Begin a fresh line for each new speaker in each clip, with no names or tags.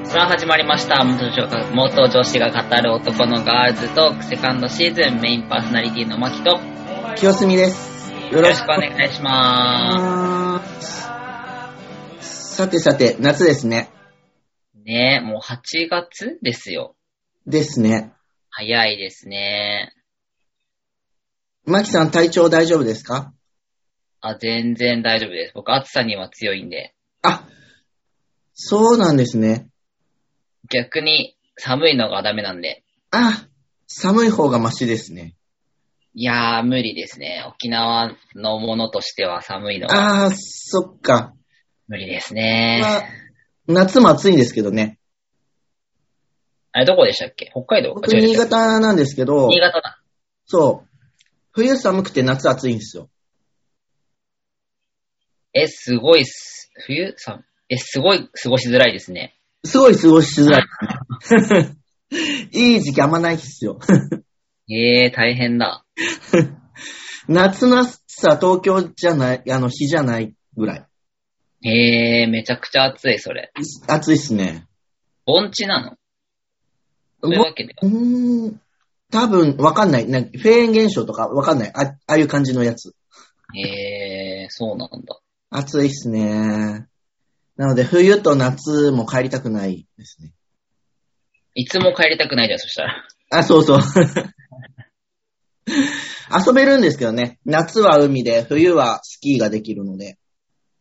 さあ始まりました元女が元女子が語る男のガールズトークセカンドシーズンメインパーソナリティのマキとよ
清澄です。
ろしくお願いしま
さてさて、夏ですね。
すねえもう8月ですよ
ですね。
早いですね
マキさん体調大丈夫ですか
あ全然大丈夫です僕暑さには強いんで
あ、そうなんですね。
逆に寒いのがダメなんで
あ、寒い方がマシですね。
いやー無理ですね沖縄のものとしては寒いのは
あー、そっか。
無理です
まあ
ね
夏も暑いんですけどね。
あれどこでしたっけ北海道
僕、新潟なんですけど、
新潟だ
そう。冬寒くて夏暑いんですよ。
え、すごいっす。冬さん、え、すごい、過ごしづらいですね。
すごい過ごしづらい。 いい時期あんまないですよ。
ええー、大変だ。
夏の暑さ東京じゃない、あの、日じゃないぐらい。
ええー、めちゃくちゃ暑い、それ。
暑いっすね。
盆地なのそういうわけでは。
うーん。多分、わかんない。なんかフェーン現象とかわかんない。あ、ああいう感じのやつ。
ええー、そうなんだ。
暑いっすね。なので、冬と夏も帰りたくないですね。
いつも帰りたくないじゃん、そしたら。
あ、そう そう。遊べるんですけどね。夏は海で、冬はスキーができるので、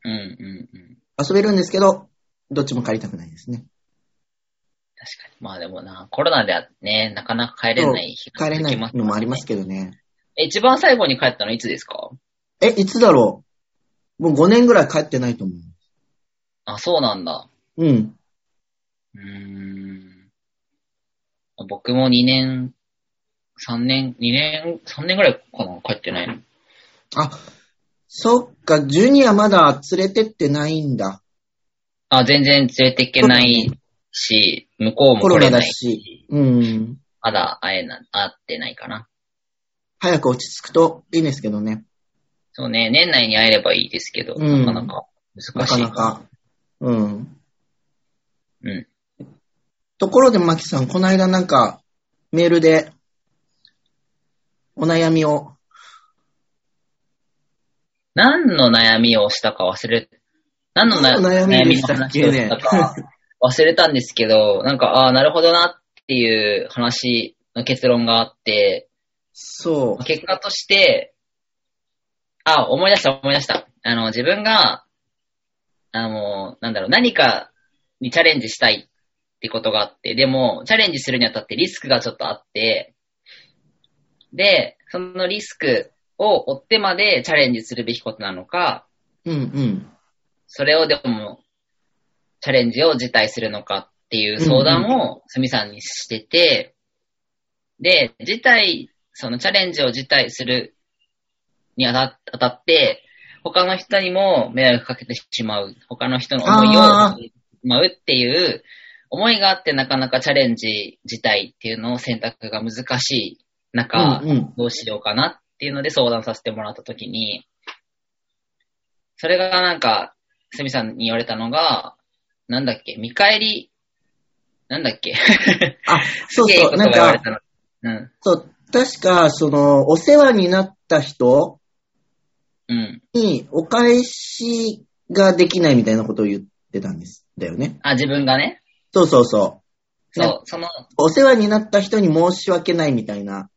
うん、うん、うん。
遊べるんですけど、どっちも帰りたくないですね。
確かに。まあでもな、コロナではね、なかなか帰れない日
帰れない
続き
のもありますけどね。
え一番最後に帰ったのいつですか
え、いつだろうもう5年ぐらい帰ってないと思
あ、そうなんだ。
う。うん。
うーん。僕も2年、3年、2年、3年ぐらいかな、帰ってないの。
あ、そっか、ジュニアまだ連れてってないんだ。
あ、全然連れていけないし、向こうも来
コロ
れな
ナだ
い。
し。うん。
まだ会えな、会ってないかな。
早く落ち着くといいんですけどね。
そうね、年内に会えればいいですけど、
うん
なかなか
な
難し
か
い。
なか。うん。
うん。
ところで、マキさん、この間なんか、メールで、お悩みを、
何の悩みをしたか忘れ、何のな
何の
悩
悩
み
み
の
でしたっけ
話をしたか忘れたんですけど、なんか、ああ、なるほどなっていう話の結論があって、
そ
まあ結果として、あ、思い出した思い出した。あの、自分が、あの、なんだろう、何かにチャレンジしたいってことがあって、でも、チャレンジするにあたってリスクがちょっとあって、で、そのリスクを追ってまでチャレンジするべきことなのか、
う。うんうん。
それをでも、チャレンジを辞退するのかっていう相談をすみさんにしてて、で、辞退、そのチャレンジを辞退するにあたあたって、他の人にも迷惑かけてしまう、他の人の思い
あ
をまうっていう思いがあってなかなかチャレンジ自体っていうのを選択が難しい中、
うんうん。
どうしようかなっていうので相談させてもらったときに、それがなんか、すみさんに言われたのが、なんだっけ、見返り、なんだっけ、
あ、 そう
すげえ
そう、
こと
な
が
ん
言われ
か、
たの。うん、
そう、確か、その、お世話になった人
うん。
に、お返しができないみたいなことを言ってたんです。だよね。
あ、自分がね、
そうそうそう。
そう、その、
お世話になった人に申し訳ないみたいな。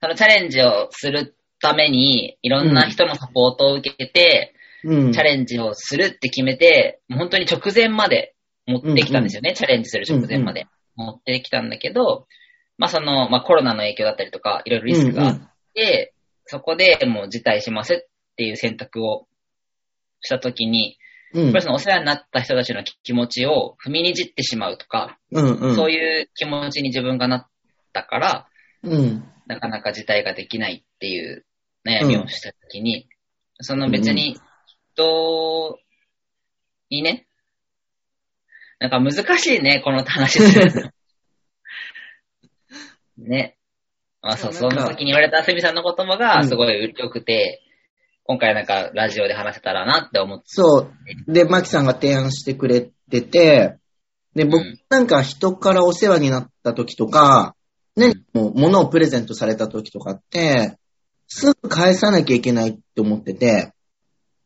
そのチャレンジをするために、いろんな人のサポートを受けて、
うん。
チャレンジをするって決めて、もう本当に直前まで持ってきたんですよね、チャレンジする直前まで持ってきたんだけど、まあその、まあコロナの影響だったりとか、いろいろリスクがあって、そこでもう辞退しますっていう選択をしたときに、
うんう
やっ
ん
ぱりそのお世話になった人たちの気持ちを踏みにじってしまうとか、
うんうん。
そう
い
いう気持ちに自分がなったから、
うん。うん。
なかなか辞退ができないっていう悩みをしたときに、その別に人にね、なんか難しいね、この話するの ね。まあそう、
そ
そう
なんか
の時に言われたあすみさんの言葉が
うん
すごい良くて、今回なんかラジオで話せたらなって思って、
そう。で、マキさんが提案してくれてて、で、
う
僕
ん
なんか人からお世話になった時とか、ね、もう物をプレゼントされた時とかって、すぐ返さなきゃいけないって思ってて、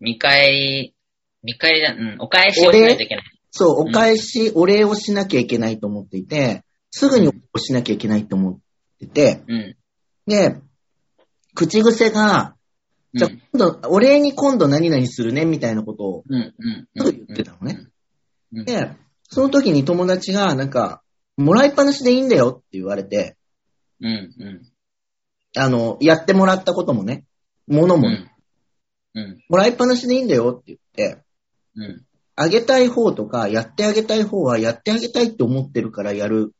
見返り、見返りだ、うん、お返しをしないといけない。
そう、
うん
お返し、お礼をしなきゃいけないと思っていて、すぐにお礼をしなきゃいけないと思ってて、
うん。
で、口癖
う
が、
ん
じゃあ今度、お礼に今度何々するね、みたいなことを
うん、うん。
すぐ言ってたのね。
うん。うん。
で、その時に友達が、なんか、もらいっぱなしでいいんだよって言われて、
うん、うん。
あの、やってもらったこともね、ものも、
うん。うん。
もらいっぱなしでいいんだよって言って、
うん。
あげたい方とか、やってあげたい方は、やってあげたいって思ってるからやる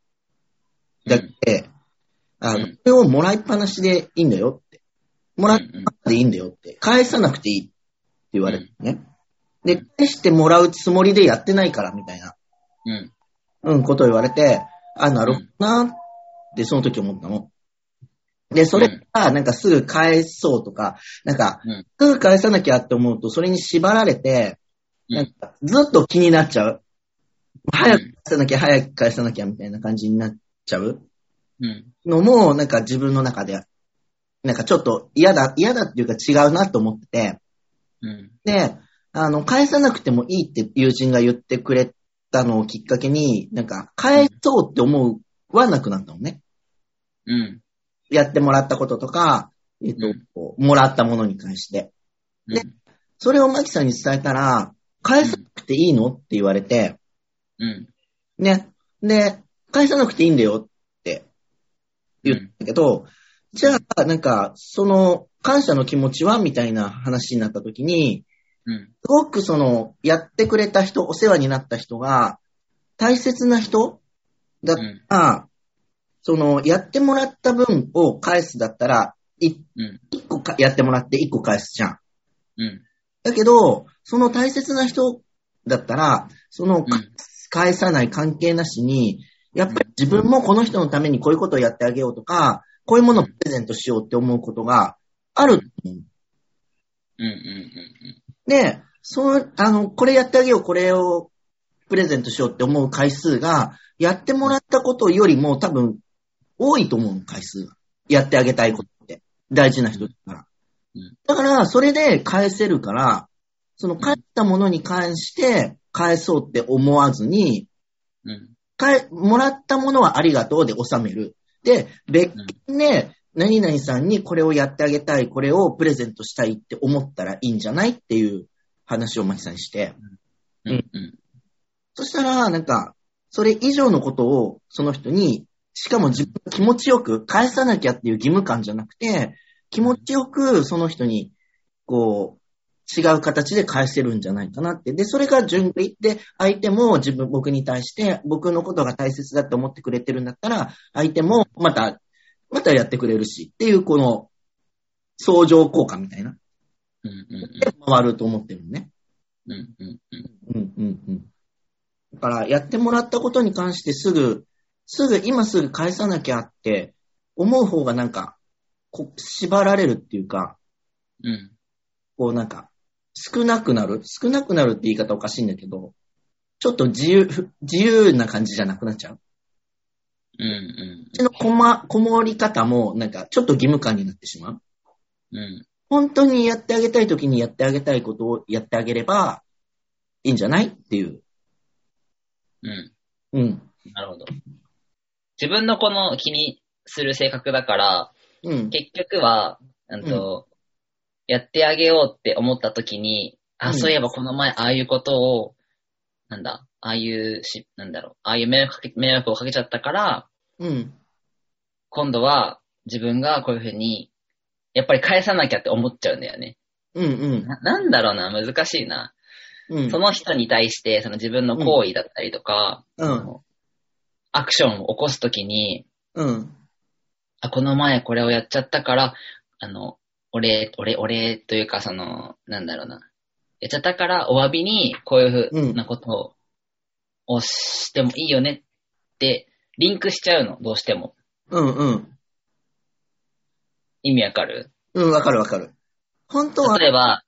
だけで、あの、
うん
これをもらいっぱなしでいいんだよって。もらっ
うんうん
ぱでいいんだよって。返さなくていいって言われて
う
ね。
ん
で、返してもらうつもりでやってないからみたいな、
うん。
うん、ことを言われて、あ、なるほどなって、その時思ったの。で、それが、なんかすぐ返そうとか、なんか、
うん
すぐ返さなきゃって思うと、それに縛られて、
うん
なんかずっと気になっちゃう。早く返さなきゃ、早く返さなきゃ、みたいな感じになっちゃう
うん。
のも、なんか自分の中で、なんかちょっと嫌だ、嫌だっていうか違うなと思ってて、
うん。
で、あの、返さなくてもいいって友人が言ってくれたのをきっかけに、なんか、返そうって思うはなくなったのね。
うん。
やってもらったこととか、えっ、と、
うん
こうもらったものに関して。
うん。
それをマキさんに伝えたら、返さなくていいのって言われて、
うん。
ね。で、返さなくていいんだよって言ったけど、じゃあ、なんか、その、感謝の気持ちはみたいな話になった時に、
うん。
すごくその、やってくれた人、お世話になった人が、大切な人だったら、その、やってもらった分を返すだったら、い
うん。
一個かやってもらって一個返すじゃん。
うん。
だけど、その大切な人だったら、その、
うん
返さない関係なしに、やっぱり自分もこの人のためにこういうことをやってあげようとか、こういうものをプレゼントしようって思うことがあると思う
うん。うん。
で、その、あの、これやってあげよう、これをプレゼントしようって思う回数が、やってもらったことよりも多分多いと思う、回数が。やってあげたいことって。大事な人だから
うん。
だから、それで返せるから、その返ったものに関して返そうって思わずに、
うん。
返、もらったものはありがとうで収める。で、別件で、何々さんにこれをやってあげたい、これをプレゼントしたいって思ったらいいんじゃないっていう話をマキさんにして。
うん。うん。
そしたら、なんか、それ以上のことをその人に、しかも自分が気持ちよく返さなきゃっていう義務感じゃなくて、気持ちよくその人に、こう、違う形で返せるんじゃないかなって。で、それが順繰りで、相手も自分、僕に対して、僕のことが大切だって思ってくれてるんだったら、相手もまた、またやってくれるしっていう、この、相乗効果みたいな。
うん。うん。
で、回ると思ってるのね。
うん。うん。うん。
うんうんうん。だから、やってもらったことに関してすぐ、すぐ、今すぐ返さなきゃって思う方がなんか、こ縛られるっていうか、
うん。
こうなんか、少なくなる少なくなるって言い方おかしいんだけど、ちょっと自由、自由な感じじゃなくなっちゃう。う
うん。うん。
ちのこま、こもり方もなんか、ちょっと義務感になってしまう。
うん。
本当にやってあげたい時にやってあげたいことをやってあげれば、いいんじゃないっていう。
うん。
うん。
なるほど。自分のこの気にする性格だから、
うん。
結局は、うんと、やってあげようって思った時に、あ、
うん
そういえばこの前ああいうことを、なんだ、ああいうし、なんだろう、ああいう迷惑かけ迷惑をかけちゃったから、
うん。
今度は自分がこういうふうに、やっぱり返さなきゃって思っちゃうんだよね。
うんうん。
ななんだろうな、難しいな。
うん。
その人に対して、その自分の行為だったりとか、
うん。
アクションを起こすときに、
うん。
あ、この前これをやっちゃったから、あの、お礼、お礼、お礼というか、その、なんだろうな。やっちゃったから、お詫びに、こういうふうなことを、をしてもいいよねって、リンクしちゃうの、どうしても。
うんうん。
意味わかる
うん、わかるわかる。本当は、
例えば、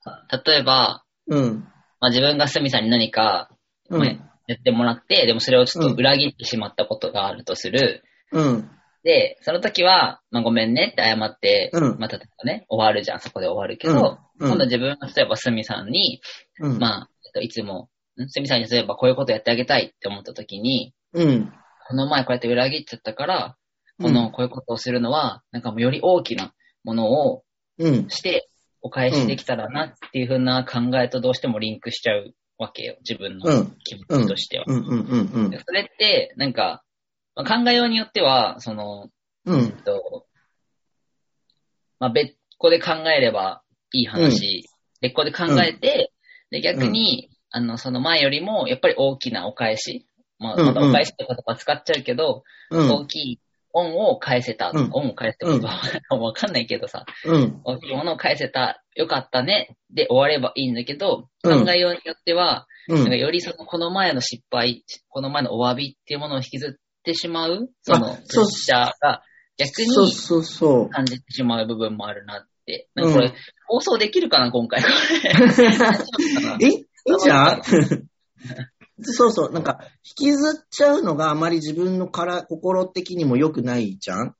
例えば、
うん。
まあ、自分がスミさんに何か、
うん。
やってもらって、でもそれをちょっと裏切ってしまったことがあるとする。
うん。
で、その時は、まあ、ごめんねって謝って、
うん
まあ、例えばね、終わるじゃん、そこで終わるけど、
うん
今度自分が例えばすみさんに、
うん。
まあ、えっといつも、んすみさんに例えばこういうことやってあげたいって思った時に、
うん。
この前こうやって裏切っちゃったから、この、こういうことをするのは、なんかもうより大きなものを
うん。
して、お返しできたらなっていうふうな考えとどうしてもリンクしちゃうわけよ、自分
う
の
ん。
気持ちとしては。
うん。うん。うん。
でそれって、なんか、まあ考えようによっては、その、
うん。うん
えっ。と、まあ、別個で考えればいい話、別個で考えて、で、逆に、あの、その前よりも、やっぱり大きなお返し、まあ、
うんう
ま
ん
たお返しって言葉使っちゃうけど、
うん
大。きい恩を返せた、
うん
恩を返せた言葉は わかんないけどさ、
うん。
大きいものを返せた、よかったね、で終わればいいんだけど、
うん
考えようによっては、
う
なんか
ん。
よりその、この前の失敗、この前のお詫びっていうものを引きずってしまう、そ
あ
の、プレ
そう
ッシャーが、逆に
そうそうそう。
感じてしまう部分もあるなって。な
うん
か
ん
これ、放送できるかな、今回。これ
えいいじゃん そうそう。なんか、引きずっちゃうのがあまり自分のから心的にも良くないじゃん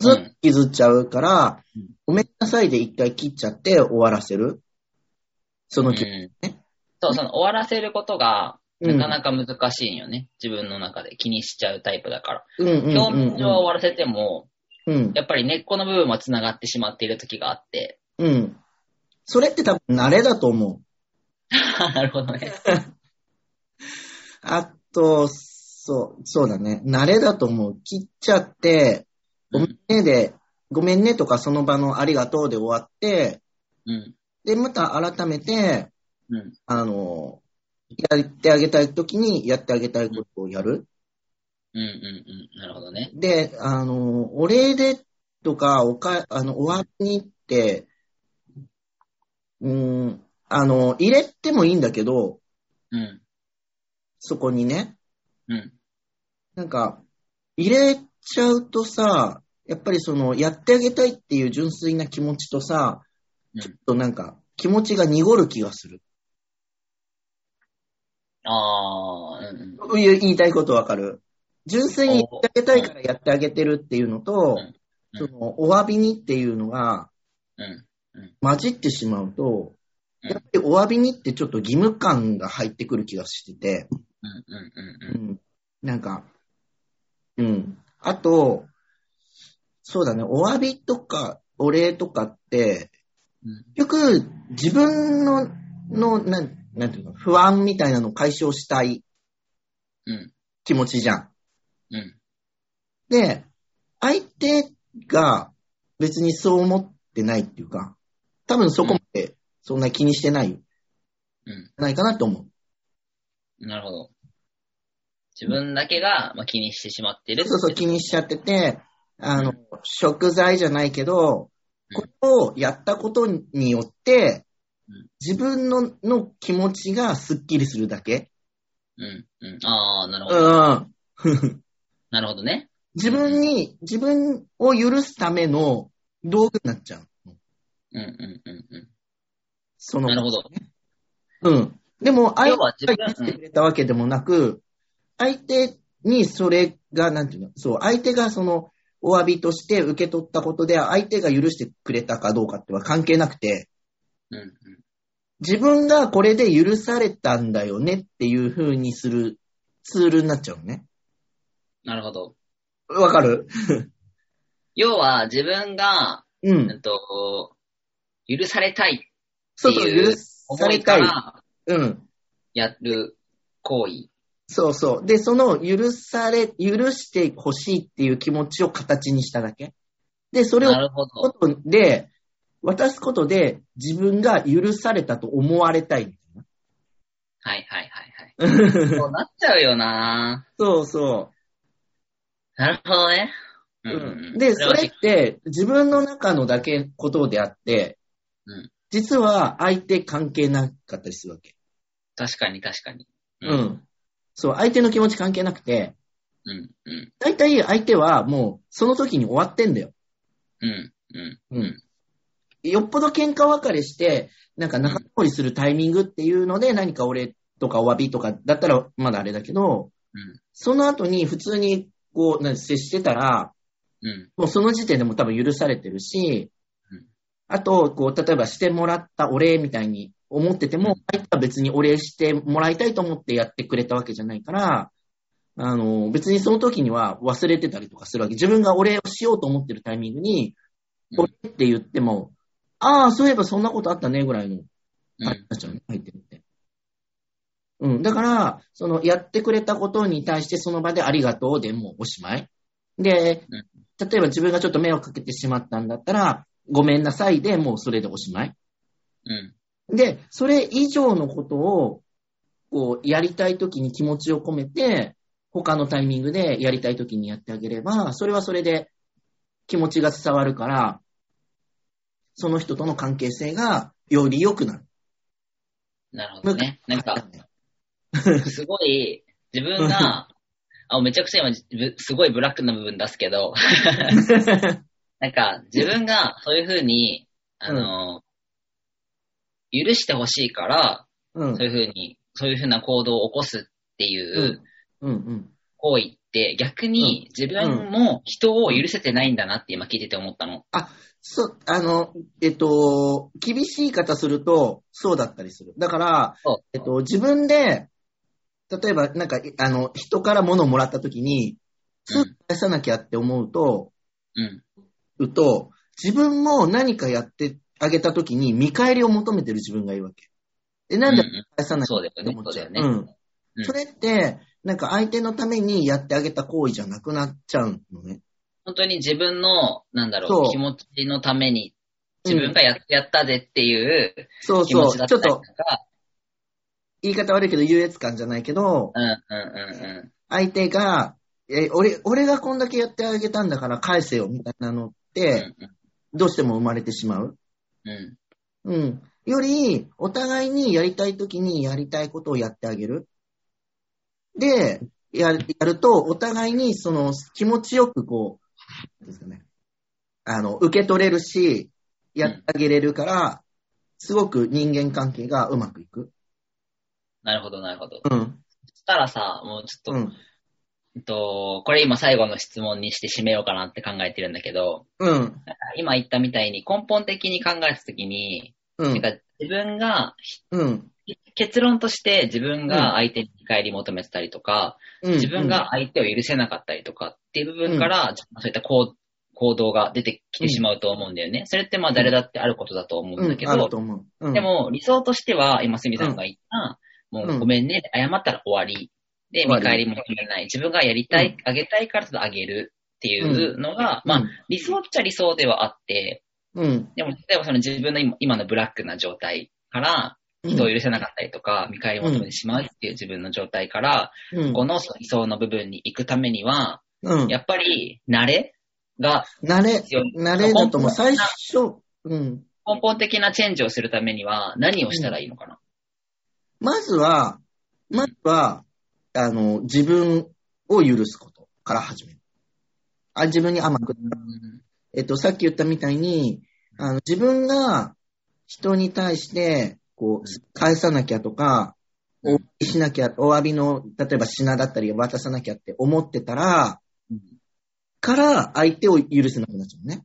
ずっと引きずっちゃうから、
うん
ごめんなさいで一回切っちゃって終わらせる。その気、
うんそう、その終わらせることが、
うん
なかなか難しいんよね。自分の中で気にしちゃうタイプだから。
うんうんうん
表面上は終わらせても、
うん。
やっぱり根っこの部分は繋がってしまっている時があって。
うん。それって多分慣れだと思う。
なるほどね。
あと、そう、そうだね。慣れだと思う。切っちゃって、ごめんねで、ごめんねとかその場のありがとうで終わって、
うん。
で、また改めて、
うん。
あの、やってあげたいときにやってあげたいことをやる。
うんうんうん。なるほどね。
で、あの、お礼でとか、おか、あの、お詫びにって、うーん、あの、入れてもいいんだけど、
うん。
そこにね、
うん。
なんか、入れちゃうとさ、やっぱりその、やってあげたいっていう純粋な気持ちとさ、
うん
ちょっとなんか、気持ちが濁る気がする。
あー、うんうん。
言う言いたいことわかる純粋にやってあげたいからやってあげてるっていうのと、
うんう
そ
ん
の、お詫びにっていうのが
うん。
混じってしまうと、
うん
やっぱりお詫びにってちょっと義務感が入ってくる気がしてて、
うんうんうんう
う
ん。
ん。なんか、うん。あと、そうだね、お詫びとか、お礼とかって、
うん
結局、自分の、の、なん、なんていうの、不安みたいなのを解消したい
うん。
気持ちじゃん。
うん。
で、相手が別にそう思ってないっていうか、多分そこまでそんな気にしてない、
うん。
ないかなと思う。
なるほど。自分だけが、まあ、気にしてしまってるってい
そうそう、気にしちゃってて、あの、食材じゃないけど、
うん
これをやったことによって
うん、
自分のの気持ちがスッキリするだけ。
うん。うん。ああ、なるほ
う
ど。
ん。
なるほどね。
自分に、自分を許すための道具になっちゃう。
うんうんうんう
そ
ん。
の
なるほど。
うん。でも、相
要
手が
は自分
許してくれたわけでもなく、相手にそれが、なんていうの、そう、相手がその、お詫びとして受け取ったことで、相手が許してくれたかどうかっては関係なくて、
うんうん。
自分がこれで許されたんだよねっていう風にするツールになっちゃうのね。
なるほど。
わかる
要は、自分が、
う
うん
ん。
と、許されたい
そうそう、
っていう
許さ
思
れ
いか
たい。
ら
うん。
やる行為。
そうそう。で、その許され、許してほしいっていう気持ちを形にしただけ。で、それを
なるほ
こ
ど。
とで、渡すことで自分が許されたと思われたい。
はいはいはいはい。そうなっちゃうよな
そうそ
なるほどね。う
う。
んうんうん。
で、そ
は
れ
し
って自分の中のだけことであって、
うん
実は相手関係なかったりするわけ。
確かに確かに。
うん。。そう、相手の気持ち関係なくて、
うんうん。
大体相手はもうその時に終わってんだよ。
うんうん。
うん。よっぽど喧嘩別れして、なんか仲直りするタイミングっていうので何か俺とかお詫びとかだったらまだあれだけど、
うん
その後に普通にこう、なん接してたら、
うん。
もうその時点でも多分許されてるし
うん、
あと、こう、例えばしてもらったお礼みたいに思ってても、相手は別にお礼してもらいたいと思ってやってくれたわけじゃないから、あの、別にその時には忘れてたりとかするわけ。自分がお礼をしようと思ってるタイミングに、
うん
お礼って言っても、ああ、そういえばそんなことあったねぐらいの
う
あ
ん。
ったじゃん、入ってみて。うん。だから、その、やってくれたことに対して、その場でありがとうでもうおしまい。で、
うん
例えば自分がちょっと迷惑かけてしまったんだったら、ごめんなさいでもうそれでおしまい。
うん。
で、それ以上のことを、こう、やりたいときに気持ちを込めて、他のタイミングでやりたいときにやってあげれば、それはそれで気持ちが伝わるから、その人との関係性がより良くなる。
なるほどね。なんか、
ね
すごい、自分が、あ、めちゃくちゃ今、ぶすごいブラックな部分出すけ ど、なんか、自分がそういう風に、あの、許してほしいから、
うん。
そういう風に、そういう風な行動を起こすっていう
うんうん。
行為って、逆に自分も人を許せてないんだなって今聞いてて思ったの。
そう、あの、えっと、厳しい言い方すると、そうだったりする。だから、
そう。
えっと、自分で、例えば、なんか、あの、人から物をもらった時に、すぐ返さなきゃって思うと、
うん。
うと、自分も何かやってあげた時に見返りを求めてる自分がいるわけ。で、なんで
うんうん
返さなきゃ
そうだよ
って
ね
思。
そう
っち
だ
ゃう
よね。う
うんん。それって、なんか相手のためにやってあげた行為じゃなくなっちゃうのね。
本当に自分の、なんだ
そ
ろ
う
う、気持ちのために、
うん
自分がやってやったぜっていう
そう
気持
そう。
ちだっ
ち
た
ょっ
りと
と
か、
言い方悪いけど優越感じゃないけど、
うんうんうんうん。
相手が、え、俺、俺がこんだけやってあげたんだから返せよ、みたいなのっ
う
て、
ん
どうしても生まれてしまう。
うんうん。
うん。より、お互いにやりたい時にやりたいことをやってあげる。で、やる、やると、お互いに、その、気持ちよく、こう、なんですかね。あの、受け取れるし、やってあげれるから、すごく人間関係がうまくいく。
なるほどなるほど。
うん。
そしたらさ、もうちょっと、
うん。
えっと、これ今最後の質問にして締めようかなって考えてるんだけど、
うん。
今言ったみたいに根本的に考えたときに、
う
なん
ん。
か自分が、
うん。
結論として自分が相手に帰り求めてたりとか、
うん
自分が、相手を許せなかったりとかっていう部分から、そういった行行動が出てきてしまうと思うんだよね。それってまあ誰だってあることだと思うん
う
だ
ん
け、ど、
あると思う。うん
で、も、理想としては、今、すみさんが言った、もう、ごめんね、謝ったら終わり。で、
終わ
見
り
返りも決めない。自分がやりたい、あげたいからちょっとあげるっていうのが、まあ、理想っちゃ理想ではあって、
うん。
でも、例えばその自分の今今のブラックな状態から、
うん。
人を許せなかったりとか、見返りを求めてしまうっていう自分の状態から、
うん
この理想の部分に行くためには、
うん。
やっぱり、慣れが、
慣れ、
必要
慣れだともう最初、うん。
根本的なチェンジをするためには、何をしたらいいのかな。
まずは、まずは、あの、自分を許すことから始める。あ、自分に甘く、えっと、さっき言ったみたいに、あの、自分が人に対して、こ
うん
う、返さなきゃとか、
うん
お詫びしなきゃ、お詫びの、例えば品だったり渡さなきゃって思ってたら、
うん
から相手を許せなくなっちゃうね。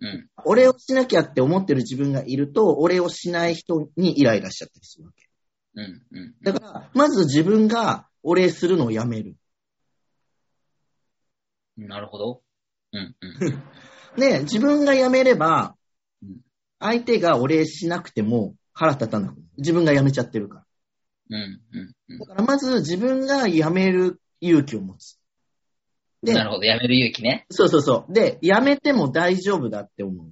うん。
お礼をしなきゃって思ってる自分がいると、お礼をしない人にイライラしちゃったりするわけ。
うん。うん。
だから、まず自分がお礼するのをやめる。
なるほど。うん、 うん。
ね、自分がやめれば
うん、
相手がお礼しなくても腹立たなくなる。自分がやめちゃってるか
う
ら。
ん、うん
だからまず自分がやめる勇気を持つ。
うん。
で
な、るほど。やめる勇気ね。
そうそうそう。で、やめても大丈夫だって思う。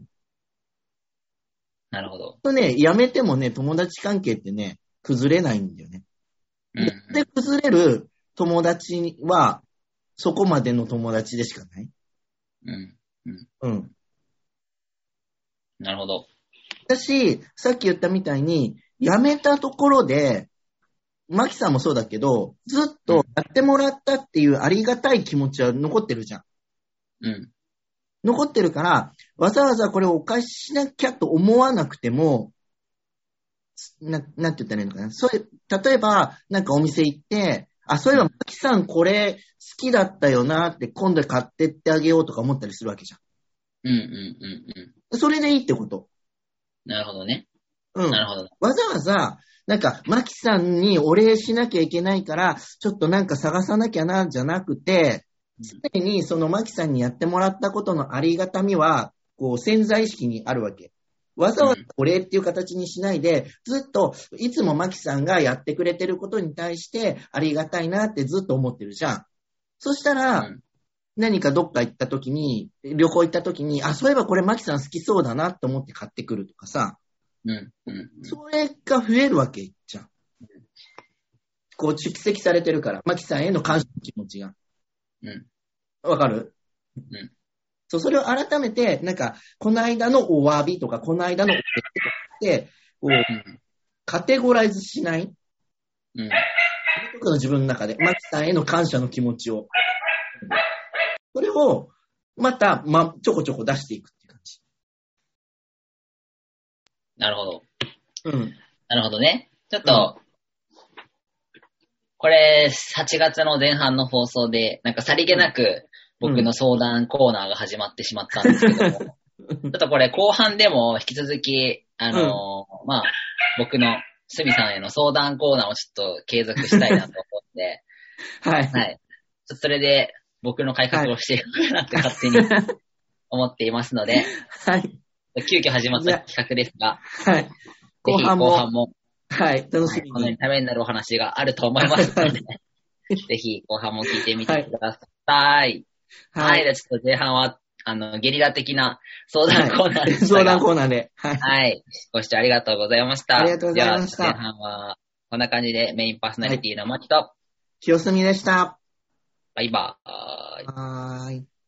なるほど。
とね、やめてもね、友達関係ってね、崩れないんだよね。
うん、うん
で、崩れる友達は、そこまでの友達でしかない。
うん。
うん。
なるほど。
だし、さっき言ったみたいに、辞めたところで、マキさんもそうだけど、ずっとやってもらったっていうありがたい気持ちは残ってるじゃん。
うん。
残ってるから、わざわざこれをお返ししなきゃと思わなくても、な、なんて言ったらいいのかな。そういう、例えば、なんかお店行って、あ、そういえば、マキさんこれ好きだったよなって、今度買ってってあげようとか思ったりするわけじゃ。
うんうんうんうん
それでいいってこと。
ん。なるほどね。
うん。
なるほど。
わざわざ、なんか、マキさんにお礼しなきゃいけないから、ちょっとなんか探さなきゃな、じゃなくて、
うん
常にそのマキさんにやってもらったことのありがたみは、こう潜在意識にあるわけ。わざわざお礼っていう形にしないで、ずっと、いつもマキさんがやってくれてることに対して、ありがたいなってずっと思ってるじゃん。そしたら、
うん
何かどっか行った時に、旅行行った時に、あ、そういえばこれマキさん好きそうだなと思って買ってくるとかさ。
うんうんうん。
それが増えるわけじゃん。こう蓄積されてるから、マキさんへの感謝の気持ちが。
うん。
わかる
ん
そう、それを改めて、なんか、この間のお詫びとか、この間のお礼とかって、こう、カテゴライズしない
うんうん。
僕の自分の中で、マキさんへの感謝の気持ちを。それを、また、ま、ちょこちょこ出していくっていう感じ。
なるほど。
うん。
なるほどね。ちょっと、これ、8月の前半の放送で、なんかさりげなく
うん
僕の相談コーナーが始まってしまったんですけども、ちょっとこれ後半でも引き続き、あのーまあ、僕のすみさんへの相談コーナーをちょっと継続したいなと思 って、
はい。
はい。ちょっとそれで僕の改革をしていこうかなって勝手に思っていますので、
はい。
急遽始まった企画ですが、
はい。
ぜ
後
ひ
半
後半
も、
も
はい。楽しみ
この
に。
ためになるお話があると思いますので、ぜひ後半も聞いてみてください。はい、じゃあちょっと前半は、あの、ゲリラ的な相談コーナーでした
相
が、
談コーナーで。はい。
はい、ご視聴ありがとうございました。
ありがとうございました
では前半は、こんな感じでメインパーソナリティのマキと、
清澄でした。
バイバーイ。
はーい。